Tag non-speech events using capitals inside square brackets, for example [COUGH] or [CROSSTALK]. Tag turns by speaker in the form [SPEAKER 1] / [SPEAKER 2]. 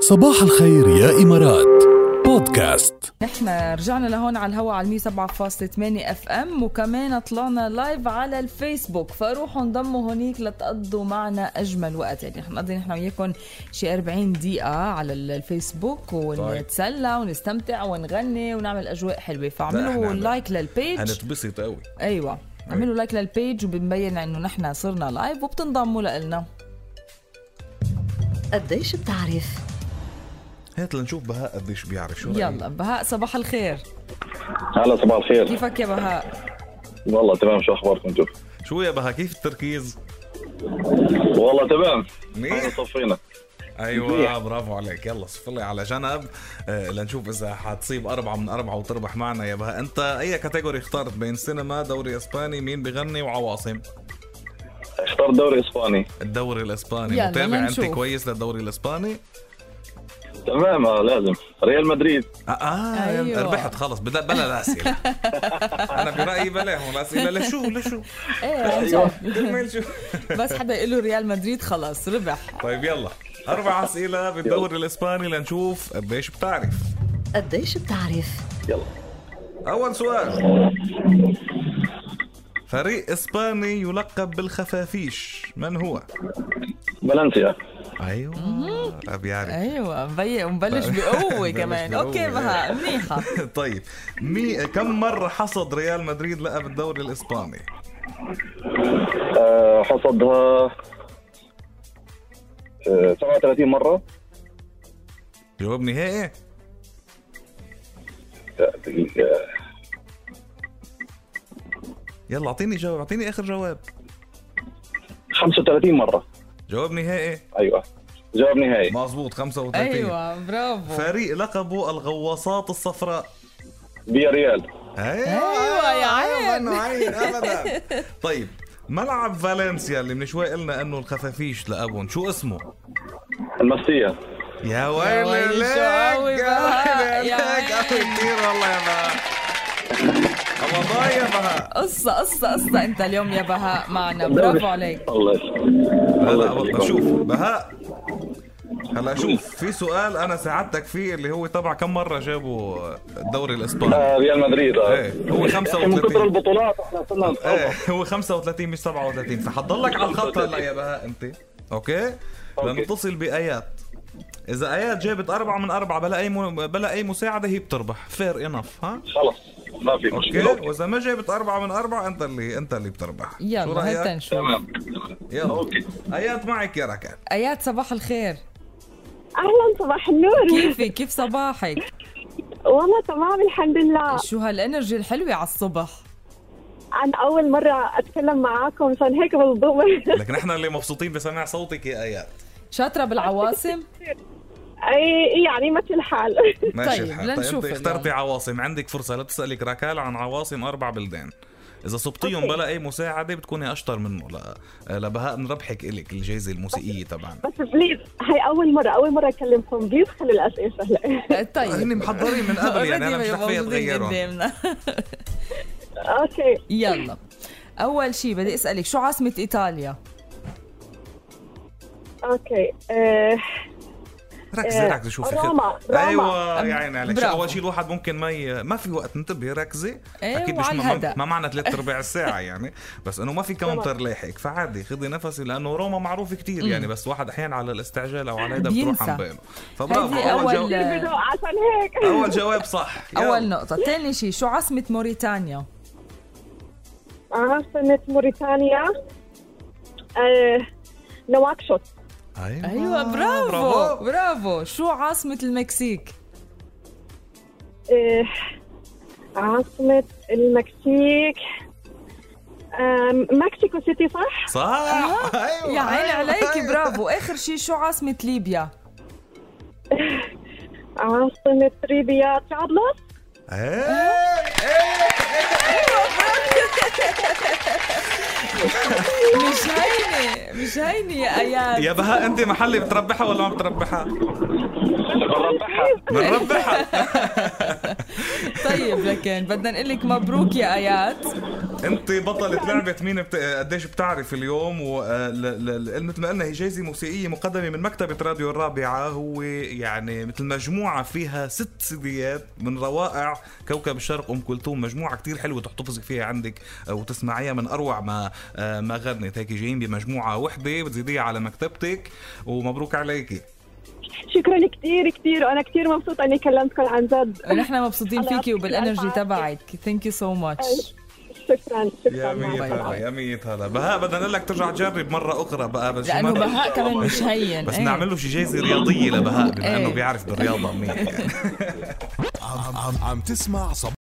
[SPEAKER 1] صباح الخير يا إمارات بودكاست
[SPEAKER 2] نحن رجعنا لهون على الهواء على 107.8 اف ام وكمان طلعنا لايف على الفيسبوك فروحوا انضموا هونيك لتقضوا معنا اجمل وقت يعني رح نقضي نحن وياكم شي 40 دقيقة على ال- الفيسبوك
[SPEAKER 3] طيب.
[SPEAKER 2] ونتسلى ونستمتع ونغني ونعمل اجواء حلوة
[SPEAKER 3] لا،
[SPEAKER 2] فاعملوا
[SPEAKER 3] إحنا- إيه.
[SPEAKER 2] لايك للبيج
[SPEAKER 3] هنتبسط قوي
[SPEAKER 2] ايوه اعملوا لايك للبيج وبنبين انه نحن صرنا لايف وبتنضموا لنا
[SPEAKER 4] قديش بتعرف
[SPEAKER 3] هات لنشوف بهاء قديش بيعرف شو رأيك؟
[SPEAKER 2] يلا بهاء صباح الخير
[SPEAKER 5] هلا صباح الخير
[SPEAKER 2] كيفك يا بهاء
[SPEAKER 5] والله تمام شو اخباركم انتم
[SPEAKER 3] شو يا بهاء كيف التركيز؟
[SPEAKER 5] والله تمام
[SPEAKER 3] منيح
[SPEAKER 5] احنا صفينا
[SPEAKER 3] ايوه
[SPEAKER 5] منيح.
[SPEAKER 3] برافو عليك يلا صف لي على جنب آه لنشوف اذا حتصيب اربعه من اربعه وتربح معنا يا بهاء انت اي كاتيجوري اخترت بين سينما دوري اسباني مين بغني وعواصم
[SPEAKER 5] اختار دوري اسباني
[SPEAKER 3] الدوري الاسباني
[SPEAKER 2] يلا،
[SPEAKER 3] متابع انت
[SPEAKER 2] لنشوف.
[SPEAKER 3] كويس للدوري الاسباني
[SPEAKER 5] تمام آه، لازم ريال مدريد
[SPEAKER 3] اه, آه
[SPEAKER 2] أيوة.
[SPEAKER 3] أيوة. ربحت خلص بلا
[SPEAKER 2] [LAUGHS]
[SPEAKER 3] بلا الاسئله انا برايي بلاهم الاسئله لشو
[SPEAKER 2] [LAUGHS]
[SPEAKER 3] لشو
[SPEAKER 2] ايه
[SPEAKER 5] أيوة.
[SPEAKER 3] كرمال شو
[SPEAKER 2] بس حدا يقول له ريال مدريد خلص ربح
[SPEAKER 3] طيب يلا اربع اسئله بالدوري الاسباني لنشوف قديش بتعرف
[SPEAKER 4] قديش بتعرف
[SPEAKER 5] يلا
[SPEAKER 3] أول سؤال فريق إسباني يلقب بالخفافيش من هو؟
[SPEAKER 5] فالنسيا
[SPEAKER 3] أيوة لا بيعرف
[SPEAKER 2] ايوه مبي- مبلش بقوه
[SPEAKER 3] [LAUGHS] مبلش
[SPEAKER 2] كمان
[SPEAKER 3] بقوة. يعني.
[SPEAKER 2] اوكي بها منيحه
[SPEAKER 3] [LAUGHS] طيب مي كم مرة حصد ريال مدريد لقب الدوري الإسباني؟
[SPEAKER 5] آه، حصدها آه، 37 مرة
[SPEAKER 3] جواب نهائي؟
[SPEAKER 5] آه، دقيقة.
[SPEAKER 3] يلا أعطيني جواب أعطيني آخر جواب
[SPEAKER 5] 35 مرة
[SPEAKER 3] جواب نهائي
[SPEAKER 5] ايوه جواب نهائي
[SPEAKER 3] مظبوط 35
[SPEAKER 2] ايوه برافو
[SPEAKER 3] فريق لقبه الغواصات الصفراء
[SPEAKER 5] بيا ريال
[SPEAKER 2] أيوة يا عين.
[SPEAKER 3] أبداً، عين أبدا طيب ملعب فالنسيا اللي من شوي قلنا انه الخفافيش لقبهم شو اسمه؟
[SPEAKER 5] المسية
[SPEAKER 3] يا
[SPEAKER 2] ويلي
[SPEAKER 3] ويلي لك
[SPEAKER 2] شو قوي
[SPEAKER 3] يا
[SPEAKER 2] بهاء،
[SPEAKER 3] ويلي
[SPEAKER 2] يا
[SPEAKER 3] لك قوي
[SPEAKER 2] عيني.
[SPEAKER 3] كثير والله يا بهاء الله ضايع يا بهاء
[SPEAKER 2] قصة قصة قصة انت اليوم يا بهاء
[SPEAKER 3] [LAUGHS]
[SPEAKER 2] معنا برافو عليك
[SPEAKER 5] الله يسلمك. الله
[SPEAKER 3] هلا
[SPEAKER 5] يخليكم.
[SPEAKER 3] والله شوف بهاء هلا شوف في سؤال انا ساعدتك فيه اللي هو تبع كم مره جابوا الدوري الاسباني
[SPEAKER 5] آه، ريال مدريد آه.
[SPEAKER 3] إيه، هو
[SPEAKER 5] يا أخي، من
[SPEAKER 3] 35.
[SPEAKER 5] كثر البطولات احنا صرنا
[SPEAKER 3] ايه
[SPEAKER 5] نتخبط.
[SPEAKER 3] هو 35 مش 37 فحضلك على الخط هلا يا بهاء انت اوكي
[SPEAKER 5] أوكي.
[SPEAKER 3] لنتصل بايات اذا ايات جابت اربعه من اربعه بلا اي م... بلا اي مساعده هي بتربح فير انف ها
[SPEAKER 5] خلص ما في
[SPEAKER 3] اوكي
[SPEAKER 5] مشكلة
[SPEAKER 3] واذا ما جابت اربعه من اربعه انت اللي انت اللي بتربح شو
[SPEAKER 2] يلا هات
[SPEAKER 3] رايك؟
[SPEAKER 2] نشوف
[SPEAKER 5] تمام
[SPEAKER 3] يلا
[SPEAKER 5] أوكي.
[SPEAKER 3] ايات معك يا ركان
[SPEAKER 2] ايات صباح الخير
[SPEAKER 6] اهلا صباح النور [LAUGHS]
[SPEAKER 2] كيفك كيف صباحك
[SPEAKER 6] والله تمام الحمد لله
[SPEAKER 2] شو هالانرجي الحلوه على الصبح
[SPEAKER 6] انا اول مره اتكلم معاكم عشان هيك [LAUGHS] مصدومه
[SPEAKER 3] لكن احنا اللي مبسوطين بسماع صوتك يا ايات
[SPEAKER 2] شاطره بالعواصم
[SPEAKER 6] اي إي يعني ماشي الحال [LAUGHS]
[SPEAKER 3] ماشي
[SPEAKER 2] طيب،
[SPEAKER 3] الحال
[SPEAKER 2] لنشوف
[SPEAKER 3] انت
[SPEAKER 2] اليوم.
[SPEAKER 3] اخترتي عواصم عندك فرصه لا تسالك ركال عن عواصم اربع بلدان اذا صبتيهم
[SPEAKER 6] أوكي.
[SPEAKER 3] بلا اي مساعده بتكوني اشطر منه لا لبهاء نربحك الك الجائزه الموسيقيه طبعا
[SPEAKER 6] بس بليز هي اول مره اول مره اكلمكم بليز خلي الاسئله [LAUGHS] سهله
[SPEAKER 2] طيب
[SPEAKER 3] هن محضرين من قبل يعني انا مش رح فيها تغيرهم
[SPEAKER 2] قدامنا [LAUGHS]
[SPEAKER 6] اوكي
[SPEAKER 2] يلا اول شيء بدي اسالك شو عاصمه ايطاليا
[SPEAKER 6] اوكي آه،
[SPEAKER 3] ركزي
[SPEAKER 6] إيه،
[SPEAKER 3] ركزي شوفي
[SPEAKER 6] روما،
[SPEAKER 3] خير.
[SPEAKER 6] روما.
[SPEAKER 3] ايوه يا عيني عليك شو
[SPEAKER 2] برافو.
[SPEAKER 3] اول شيء الواحد ممكن ما ي... ما في وقت انتبهي ركزي
[SPEAKER 2] إيه،
[SPEAKER 3] اكيد مش
[SPEAKER 2] وعلى
[SPEAKER 3] ما,
[SPEAKER 2] الهدأ.
[SPEAKER 3] ما
[SPEAKER 2] [LAUGHS]
[SPEAKER 3] معنا ثلاث ارباع الساعه يعني بس انه ما في كاونتر لاحق فعادي خذي نفسي لانه روما معروف كتير يعني بس واحد احيانا على الاستعجال او على هيدا بتروح
[SPEAKER 2] بينسى.
[SPEAKER 3] عن باله فبرافو
[SPEAKER 2] هيدي
[SPEAKER 3] اول
[SPEAKER 2] أول-
[SPEAKER 3] جواب
[SPEAKER 6] بدو عشان هيك [LAUGHS]
[SPEAKER 3] اول جواب صح يلا.
[SPEAKER 2] اول نقطه ثاني شيء شو عاصمه موريتانيا
[SPEAKER 6] عاصمة آه، موريتانيا آه، نواكشوط
[SPEAKER 3] ايوه,
[SPEAKER 2] ايوه برافو برافو شو عاصمه المكسيك
[SPEAKER 6] آه، عاصمة المكسيك آه، مكسيكو سيتي صح؟
[SPEAKER 3] صح ايوه
[SPEAKER 2] آه، يا عيني
[SPEAKER 3] أيوة،
[SPEAKER 2] عليكي
[SPEAKER 3] أيوة.
[SPEAKER 2] برافو اخر شيء شو عاصمه ليبيا
[SPEAKER 6] عاصمة ليبيا طرابلس
[SPEAKER 3] إيه،
[SPEAKER 2] مش هينه مش هينه يا اياد
[SPEAKER 3] يا بهاء انت محلي بتربحها ولا ما بتربحها؟ بنربحها
[SPEAKER 2] طيب لكن بدنا نقول لك مبروك يا اياد
[SPEAKER 3] انت بطلة لعبة مين بت... قديش بتعرف اليوم آه، ومثل ما قلنا هي جايزة موسيقية مقدمة من مكتبة راديو الرابعة هو يعني مثل مجموعة فيها ست سيديات من روائع كوكب الشرق ام كلثوم مجموعة كتير حلوة تحتفظي فيها عندك وتسمعيها من اروع ما آه، ما غنت هيك جايين بمجموعة وحدة بتزيديها على مكتبتك ومبروك عليكي
[SPEAKER 6] شكرا كثير كثير وانا كثير مبسوطه اني كلمتكم عن جد
[SPEAKER 2] نحن مبسوطين
[SPEAKER 6] الله
[SPEAKER 2] فيكي
[SPEAKER 6] يعطيك ألف
[SPEAKER 2] وبالانرجي
[SPEAKER 6] عافية.
[SPEAKER 2] تبعك ثانك يو سو ماتش
[SPEAKER 6] شكرا
[SPEAKER 3] يا
[SPEAKER 6] شكرا
[SPEAKER 3] مية
[SPEAKER 2] باي
[SPEAKER 3] هلا
[SPEAKER 2] باي.
[SPEAKER 3] يا مية هلا بهاء بدنا نقول لك ترجع تجرب مرة أخرى بقى بس شو
[SPEAKER 2] لانه
[SPEAKER 3] مرة-
[SPEAKER 2] بهاء كمان مش هين
[SPEAKER 3] بس
[SPEAKER 2] إيه.
[SPEAKER 3] نعمل له شي جايزة رياضية لبهاء بما
[SPEAKER 2] إيه.
[SPEAKER 3] إنه بيعرف بالرياضة منيح يعني
[SPEAKER 1] عم, عم, عم تسمع صب